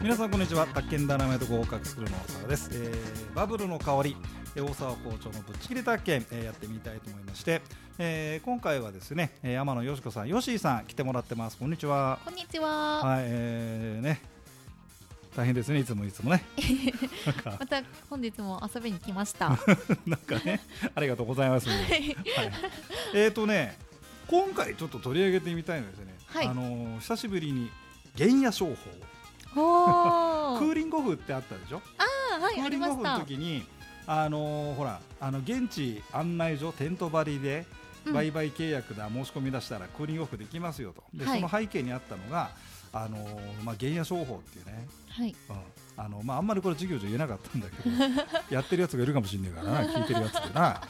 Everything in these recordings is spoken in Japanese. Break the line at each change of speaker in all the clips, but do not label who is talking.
皆さんこんにちは宅建ダイナマイト合格スクールの大沢です、えーバブルの香りえー大沢校長のぶっちぎり宅建、えーやってみたいと思いまして、えー今回はですねえー天野よしこさんよしーさん来てもらってますこんにちは
こんにちは。
はいえーね大変ですねいつもいつもねなんか
また本日も遊びに来 ました。は
なんかねありがとうございます、
い。
はい、えーとね今回ちょっと取り上げてみたいのはですね、
はい
あのー久しぶりに原野商法
お
ク
お。
ーリングオフってあったでしょ
あは
ク
い
ー
あ
リ
り
ング
ま
オ
し
フの
た。
時にあのーほらあの現地案内所テント張りで
うん
売買契約だ、申し込み出したらクーリングオフできますよとで、
はい
その背景にあったのがあのーまあ原野商法っていうね、
はい。
うんあのまあ、あんまりこれ授業じゃ言えなかったんだけ どやってるやつがいるかもしれないからな聞いてるやつでな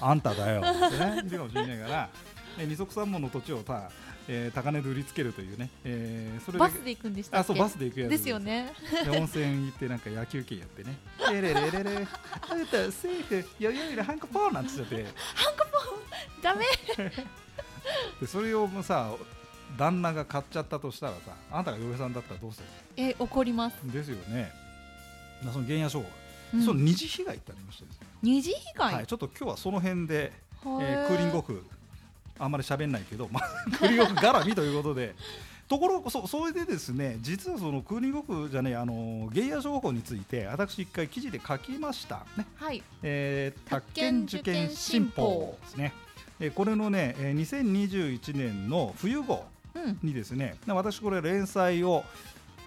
あんただよってねいるかもしれないから。で二足三門の土地をた、えー高値で売りつけるというね、えーそれで
バスで行くんでしたっけ。
あそうバスで行くやつ
ですよね。
で温泉行ってなんか野球券やってね「レレレレレあなたセーフよよよハンコポーン!」なんて言っちゃって
ダメ。
でそれをもうさ旦那が買っちゃったとしたらさあなたが嫁さんだったらどうする
え怒ります。
ですよねまあその原野商法、
うん
その二次被害ってありましたよね
二次被害。
は、
はい
ちょっと今日はその辺で、
え
えークーリングオフあんまり喋んないけど、まあ、 クーリングオフ絡みということで。ところそそれでですね実はそのクーリングオフじゃねえあの原野情報について私一回記事で書きましたね
はい。
えー、宅
宅
建
建
受
受
験新
験新
法
法
ですね。えーこれのね、えー2021年の冬号
うん。
にですね、な私これ連載を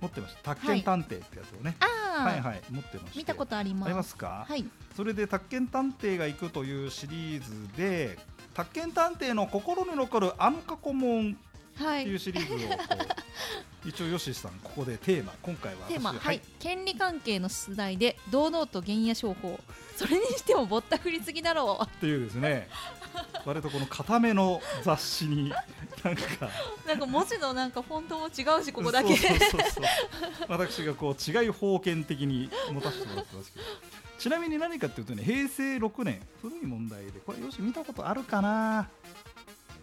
持ってました。宅建探偵ってやつをね、
ああ、
はい、はい持ってました。
見たことあります。
ありますか、
はい。
それで宅建探偵が行くというシリーズで、宅建探偵の心に残るあの過去問
は
って
い。
いうシリーズをこ う一応よしさんここでテーマ今回は私
テーマ、はい、
はい
権利関係の出題で堂々と原野商法それにしてもぼったくりすぎだろ
っていうです ね割とこの固めの雑誌になんか
う なんか文字のなんかフォントも違うしここだけ
そうそうそうそう私がこう違い封建的に持たせてもらってますけどちなみに何かっていうとね平成6年古い問題でこれよし見たことあるかな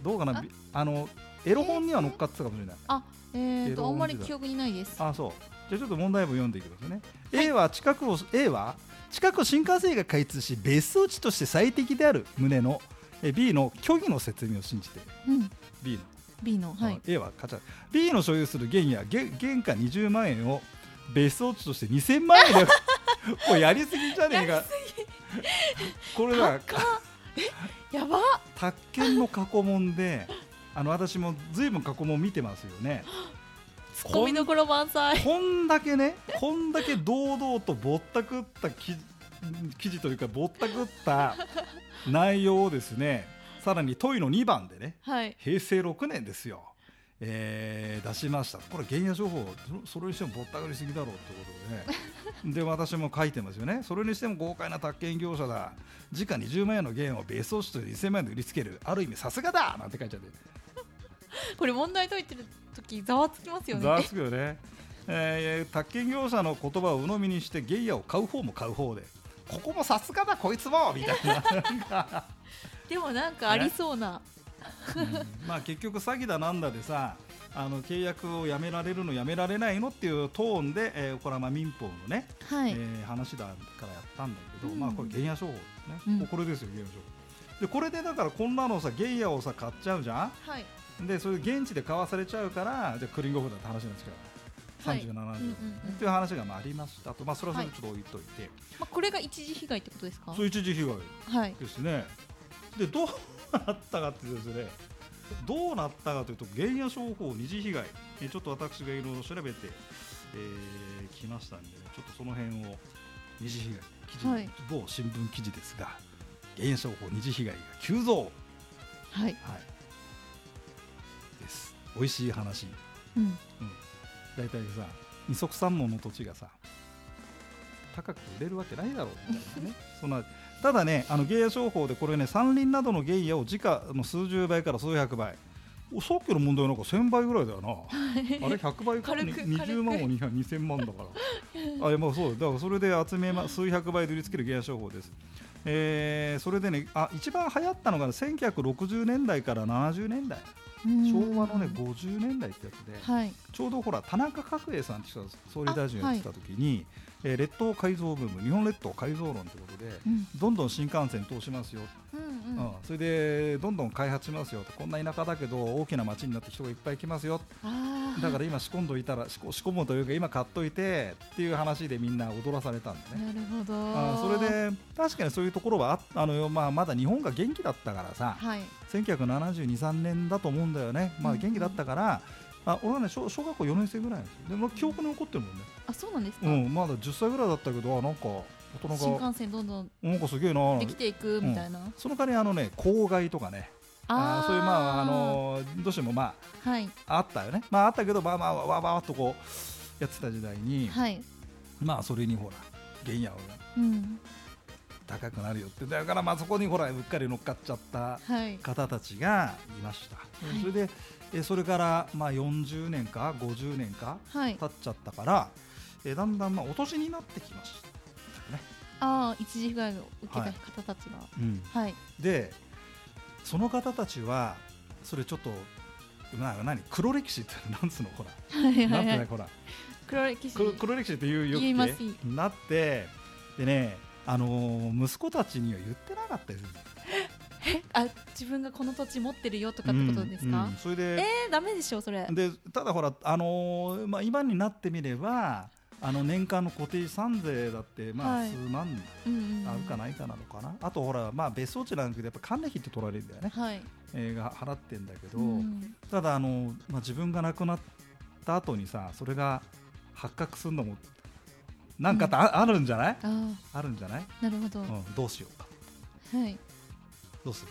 どうかな
あ
びあのエロ本には乗っかってたかもしれない
あ えー、
エロ
とあ
本
んまり
時代
記憶にないです
あそうじゃあちょっと問題文読んでいきますね、A は近くを A は近く新幹線が開通し別荘地として最適である旨のえ B の虚偽の説明を信じて
うん
B の
B のはい
A は勝ちゃ B の所有する原やげ原価20万円を別荘地として2000万円で これやりすぎじゃねえかこれだ
やば
宅建の過去問であの私もずいぶん過去問見てますよね
ツッコミどころ満載
こんだけねこんだけ堂々とぼったくった記記事というかぼったくった内容をですねさらに問いの2番でね
はい
平成6年ですよ、えー出しましたこれ原野情報そそれにしてもぼったくりすぎだろうってことでねで私も書いてますよねそれにしても豪快な宅建業者だ時価20万円の原を別荘地と2000万円で売りつけるある意味さすがだなんて書いちゃって
これ問題解いてる時ざわつきますよ
ざわ
ね
つくよね、えー宅建業者の言葉を鵜呑みにしてゲイヤを買う方も買う方でここもさすがだこいつもみたいな
でもなんかありそうな、
うんまあ結局詐欺だなんだでさあの契約をやめられるのやめられないのっていうトーンで、えーこれはまあ民法のね、
はい、
えー話だからやったんだけど、
うん
まあこれ原野商法です
う
ね、
ん
もうこれですよ原野商法でこれでだからこんなのさゲイヤをさ買っちゃうじゃん
はい
でそれ現地で買わされちゃうからじゃあクーリングオフだって話なんですけど
はい
37
うん
年、
うんうん
っていう話がまあありましたと、まあ、それはそれでちょっと置いといて、
まあ、これが一時被害ってことですか
そう一時被害
はい
ですねでどうなったかっていうとですねどうなったかというと原野商法二次被害えちょっと私がいろいろ調べてき、えーきましたんでちょっとその辺を二次被害記事、
はい
某新聞記事ですが原野商法二次被害が急増、はい、
はい、
です美味しい話
うん、
大体さ二足三門の土地がさ高く売れるわけないだろうみたい なねそんなただねあの芸野商法でこれね山林などの芸野を時価の数十倍から数百倍おさっきの問題なんか1000倍ぐらいだよなあれ100倍か
軽く軽く
20万も200 2000万だからあいやまあそうだからそれで集め、ま、数百倍で売りつける芸野商法ですえーそれでねあ一番流行ったのが1960年代から70年代昭和のね50年代ってやつで、
はい
ちょうどほら田中角栄さんって人が総理大臣をやってた時に、えー列島改造ブーム日本列島改造論ということで
うん
どんどん新幹線通しますよ、
うんう
うん
ん
それでどんどん開発しますよとこんな田舎だけど大きな町になって人がいっぱい来ますよ
あー
だから今仕込んどいたら仕込仕込むというか今買っといてっていう話でみんな踊らされたんでね。
なるほど
あーそれで確かにそういうところはああの、まあ、まだ日本が元気だったからさ、
はい
1972,3年だと思うんだよね、まあ、
うん
元気だったから、あ俺はね小小学校4年生ぐらいなんですよでも記憶に残ってるもんね、
あそうなんですか、
うん、まだ10歳ぐらいだったけどあなんか大
新
人が
幹線どんどん
なんかすげえな
できていくみたいな、
その代わりあのね郊外とかねあーそういうまああのどうしてもま
ーはい
ああったよねまああったけどまあまあわわわっとこうやってた時代に、
はい
まあそれにほら原野が
うん
高くなるよってだからまあそこにほらうっかり乗っかっちゃった
はい
方たちがいました、
い
それでえそれからまあ40年か50年か
はい
経っちゃったからえだんだんまあお年になってきました、
ああ一時被害を受けた方たちがはい
でその方たちはそれちょっとな何黒歴史ってなんつうのほら
はい
な
は
ん
い
て
は
ない
い
ほら
黒歴史
黒黒歴史っていうよっけ
言います
なってでねあのー息子たちには言ってなかったよ
あ自分がこの土地持ってるよとかってことですか、
うんうんそれで、
えー、ダメでしょそれ
でただほら、あのーまあ、今になってみればあの年間の固定資産税だって、ま
は
あ、
い
数万
うんうん
あるかないかなのかな、あとほら、まあ、別荘地なんかでやっぱ管理費って取られるんだよね、
はい
えーが払ってんだけど、
うん
ただ、あのーまあ、自分が亡くなった後にさそれが発覚するのもなんかってあ,、あるんじゃない
あー
あるんじゃない、
なるほど、
う
は
ん、どうしようか
い
どうする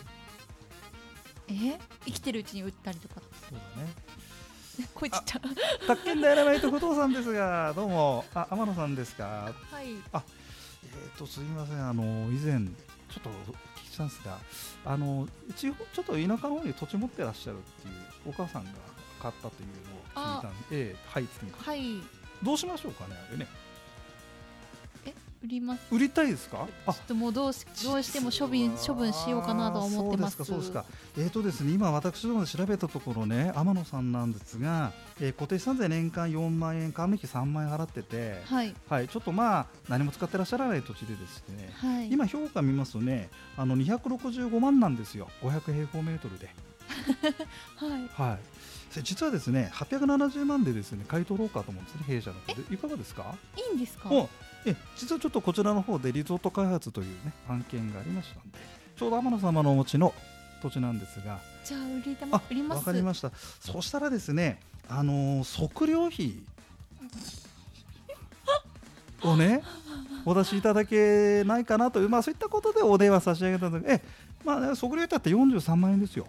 えー、生きてるうちに打ったりとか
そうだね
声ちっちゃ
宅建ダイナマイト不動産ですがどうもあ天野さんですか
はい
えー、とすみません、あの以前、ちょっとお聞きしたんですが、あの地方ちょっと田舎の方に土地持ってらっしゃるっていうお母さんが買ったというのを聞いたんで、ええはい、次
はい
どうしましょうかね、あれね、
売ります
売りたいですか、あ
ちょっともうどうしどうしても処分処分しようかなとは思ってます
あーそうですか、そうですか、えー、とですね、今、私どもで調べたところね、天野さんなんですが、えー固定資産税年間4万円、管理費3万円払ってて、
はい
はい、ちょっとまあ、何も使ってらっしゃらない土地でですね。
はい
今評価見ますとねあの265万なんですよ500平方メートルで、
はい
はい、実はですね870万でですね買い取ろうかと思うんですね弊社の方でいかがですか
いいんですか
うんえ実はちょっとこちらの方でリゾート開発というね案件がありましたんでちょうど天野様のお持ちの土地なんですが
じゃあ売りたま
あ
売ります
わかりましたそしたらですねあのー測量費をねお出しいただけないかなというまあそういったことでお電話差し上げたんだけどえまあね測量費だって43万円ですよ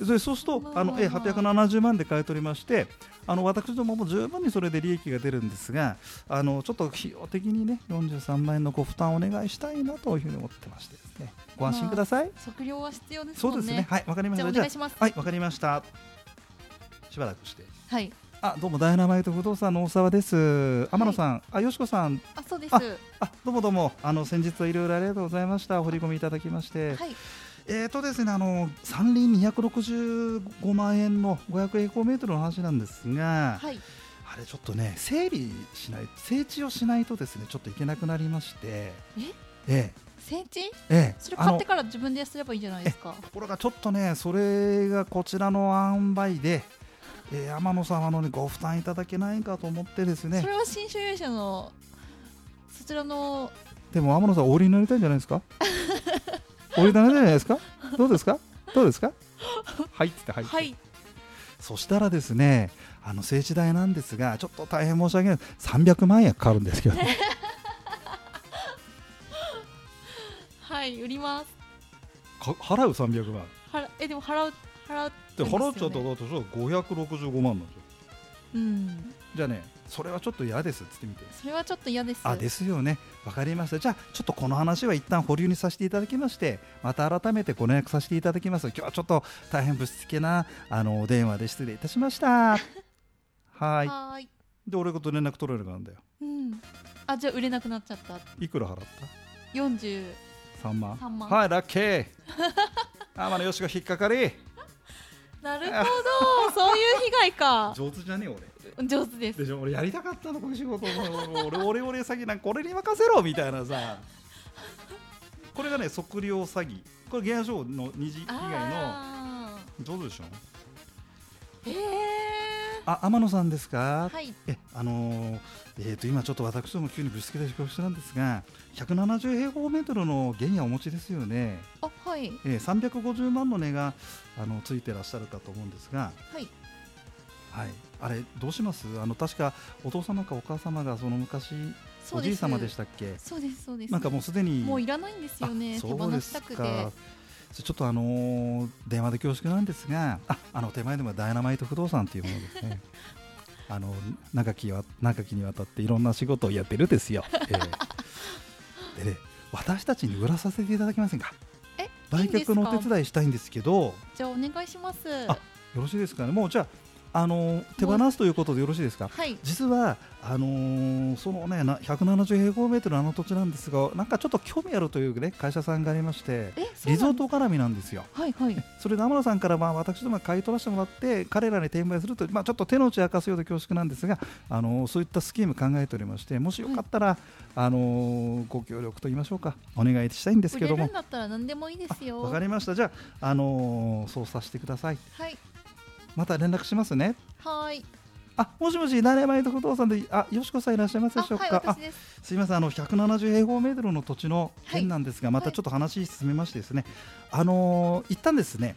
え
それそうすると
まあ
あのえ
まあ
870万で買い取りましてあの私どもも十分にそれで利益が出るんですがあのちょっと費用的にね43万円のご負担をお願いしたいなというふうに思ってましてですねご安心ください、
ー、測量は必要です
そ
もん
う
ね
ですねはいわかりまし
じゃあ
た
お
じゃ
願
あ
いします
はい、わかりました。しばらくして。
はい
あ、どうもダイナマイト不動産の大沢です。天野さん、あ、よしこさん、
あそうです
あ
は
あ、どうもどうも。あの先日はいろいろありがとうございました。お振り込みいただきまして、
い
えーとですね、あの山林265万円の500平方メートルの話なんですが、
はい
あれちょっとね、整理しない、整地をしないとですね、ちょっといけなくなりまして、ええ
整地
ええ、
それ
あ
買っ
の
てから自分ですればいいんじゃないですか
ところがちょっとねそれがこちらの塩梅で、えー、天野様のねご負担いただけないかと思ってです
そ
ね
れは新所有者のそちらの
でも天野さんお降りになりたいんじゃない ですかお降りになりたいんじゃないですかどうですかどうですかはいっつってはいっつって
はい
そしたらですねあの政治代なんですがちょっと大変申し訳ない300万円かかるんですけど、ね、
はい売ります
か払う300万
はらえでも払う払う
で
ってますよね
払っちゃったらだとそう565万なんですよ
うん
じゃあねそれはちょっと嫌ですっつってみて
それはちょっと嫌です
あですよね、わかりました、じゃあ、ちょっとこの話は一旦保留にさせていただきまして、また改めてご連絡させていただきます、今日はちょっと大変ぶしつけなあのお電話で失礼い たしました。はーい
はーい
で、俺がと連絡取れるからなんだよ。
うんあじゃあ売れなくなっちゃった
いくら払った
40
?3 万
3万
はいラッキ ー天野よしが引っかかり
なるほど そういう被害か
上手じゃねえ俺
上手です
でしょ俺やりたかったのこの仕事もう俺俺俺詐欺なんか俺に任せろみたいなさこれがね測量詐欺これ現象の二次以外
あ
の上手でしょ
ーへ
あ天野さんですか
ー、はい
えあのーえー、と今ちょっと私ども急にぶしつけで恐縮なんですが170平方メートルの原野をお持ちですよね、
あはい
えー、350万の値があのついてらっしゃるかと思うんですが、
はい
はい、あれどうしますあの確かお父様かお母様がその昔
そ
お
うで
じ
す
い様でしたっけ
そうですそうです
なんかもうすでに
もういらないんですよね
あ
手
そう
放
です
したくて
かそれちょっとあのー電話で恐縮なんですがああの手前でもダイナマイト不動産というものですね あの長きは長きにわたっていろんな仕事をやってるですよ、ええでね私たちに売らさせていただけませんか
え
売却の
いいん
お
です
手
か
伝いしたいんですけど
じゃあお願いします
あよろしいですかねもうじゃあ、あのー手放すということでよろしいですか
はい
実はあのーそのねな170平方メートルのあの土地なんですがなんかちょっと興味あるという、ね、会社さんがありまして
えそ
リ
うな
ゾ
の
ート絡みなんですよ。
はいはい
それで天野さんからまあ私どもが買い取らせてもらって彼らに転売するという、まあ、ちょっと手の内を明かすようで恐縮なんですが、あのーそういったスキーム考えておりましてもしよかったら、あのーご協力と言いましょうかお願いしたいんです
売
け
れ
ど
る
も
んだったら何でもいいですよ
わかりましたじゃあ、あのーそうさせてください
はい
また連絡しますね
はーい
あもしもしダイナマイト不動産であよしこさんいらっしゃいますで
あ
しょう
はい
か、
私です
すみませんあの170平方メートルの土地の件なんですが、またちょっと話進めましてですね、あのー一旦ですね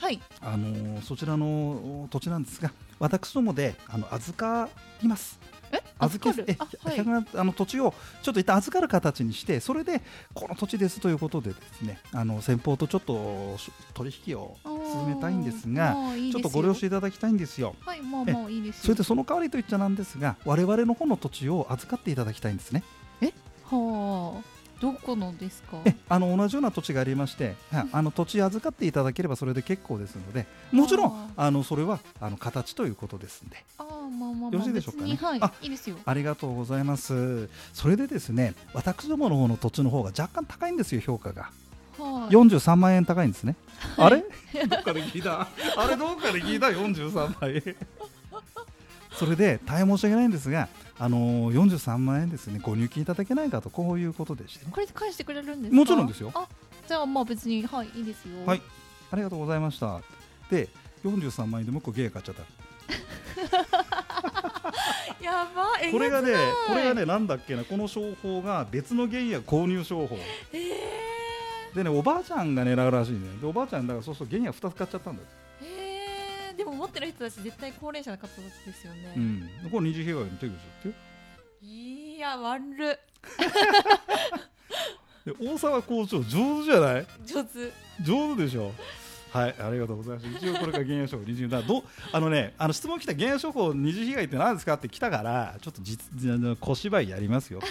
はい
あのーそちらの土地なんですが 私どもであの預かります。
え
預け
預
え
かるあはい
100あの土地をちょっと一旦預かる形にしてそれでこの土地ですということでですねあの先方とちょっとし取引を進めたいんですが
あーいい
ち
です
ょっと
よ
ご了承いただきたいんですよ。
はいまあまあいいです
それ
よ
でその代わりといっちゃなんですが我々の方の土地を預かっていただきたいんですね。
はあどこのですか
えあの同じような土地がありまして、はいあの土地預かっていただければそれで結構ですのでもちろ
あ
んあのそれはあの形ということですんで
ああまあまあ
よろ
ま
し
あ
いでしょう
別
かね
には
あ
いいいですよ
ありがとうございますそれでですね私どもの方の土地の方が若干高いんですよ評価が
はい
43万円高いんですね、
はい
あれどっかで聞いたあれどっかで聞いた43万円それで大変申し訳ないんですがあのー、43万円ですねご入金いただけないかとこういうことでしてね
これで返してくれるんですか
もちろんですよ
あじゃあまあ別にはいいいですよ
はい、ありがとうございました。で、43万円でもう一個ゲー買っちゃった。
やばえ
これがね
やばい、
これがね、なんだっけな、この商法が別の原因や購入商法。
えー、
でね、おばあちゃんが狙うらしいね。で、おばあちゃんだから、そうすると原野2つ買っちゃったんだよ。
えー、でも持ってる人たち絶対高齢者の方たちですよね、
うん、これ二次被害の手口だってよ。
いや悪る
で、大沢校長上手じゃない。
上手
上手でしょ。はい、ありがとうございます。一応これが原野商法、二次、だ、どう、あのね、あの質問来た原野商法二次被害って何ですかって来たから。ちょっと実、あの小芝居やります よと。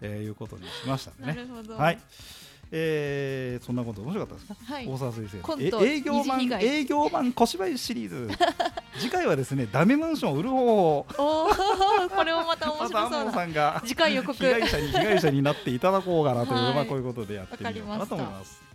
えーいうことにしましたんで
な
ね。
るほど
はい、えー、そんなこと面白かったですか、
はい
大沢先生
コン
の
ト
え営業マ
二次被
ン
害
営業マン小芝居シリーズ次回はですねダメマンションを売る方法
おおこれもまた面
ま
白
た安
そう
藤
な
さんが
次回予告
被害者に被害者になっていただこうかなという、
はい
まあこういうことでやってみようかなと思い
わか
ま
りまし
す
た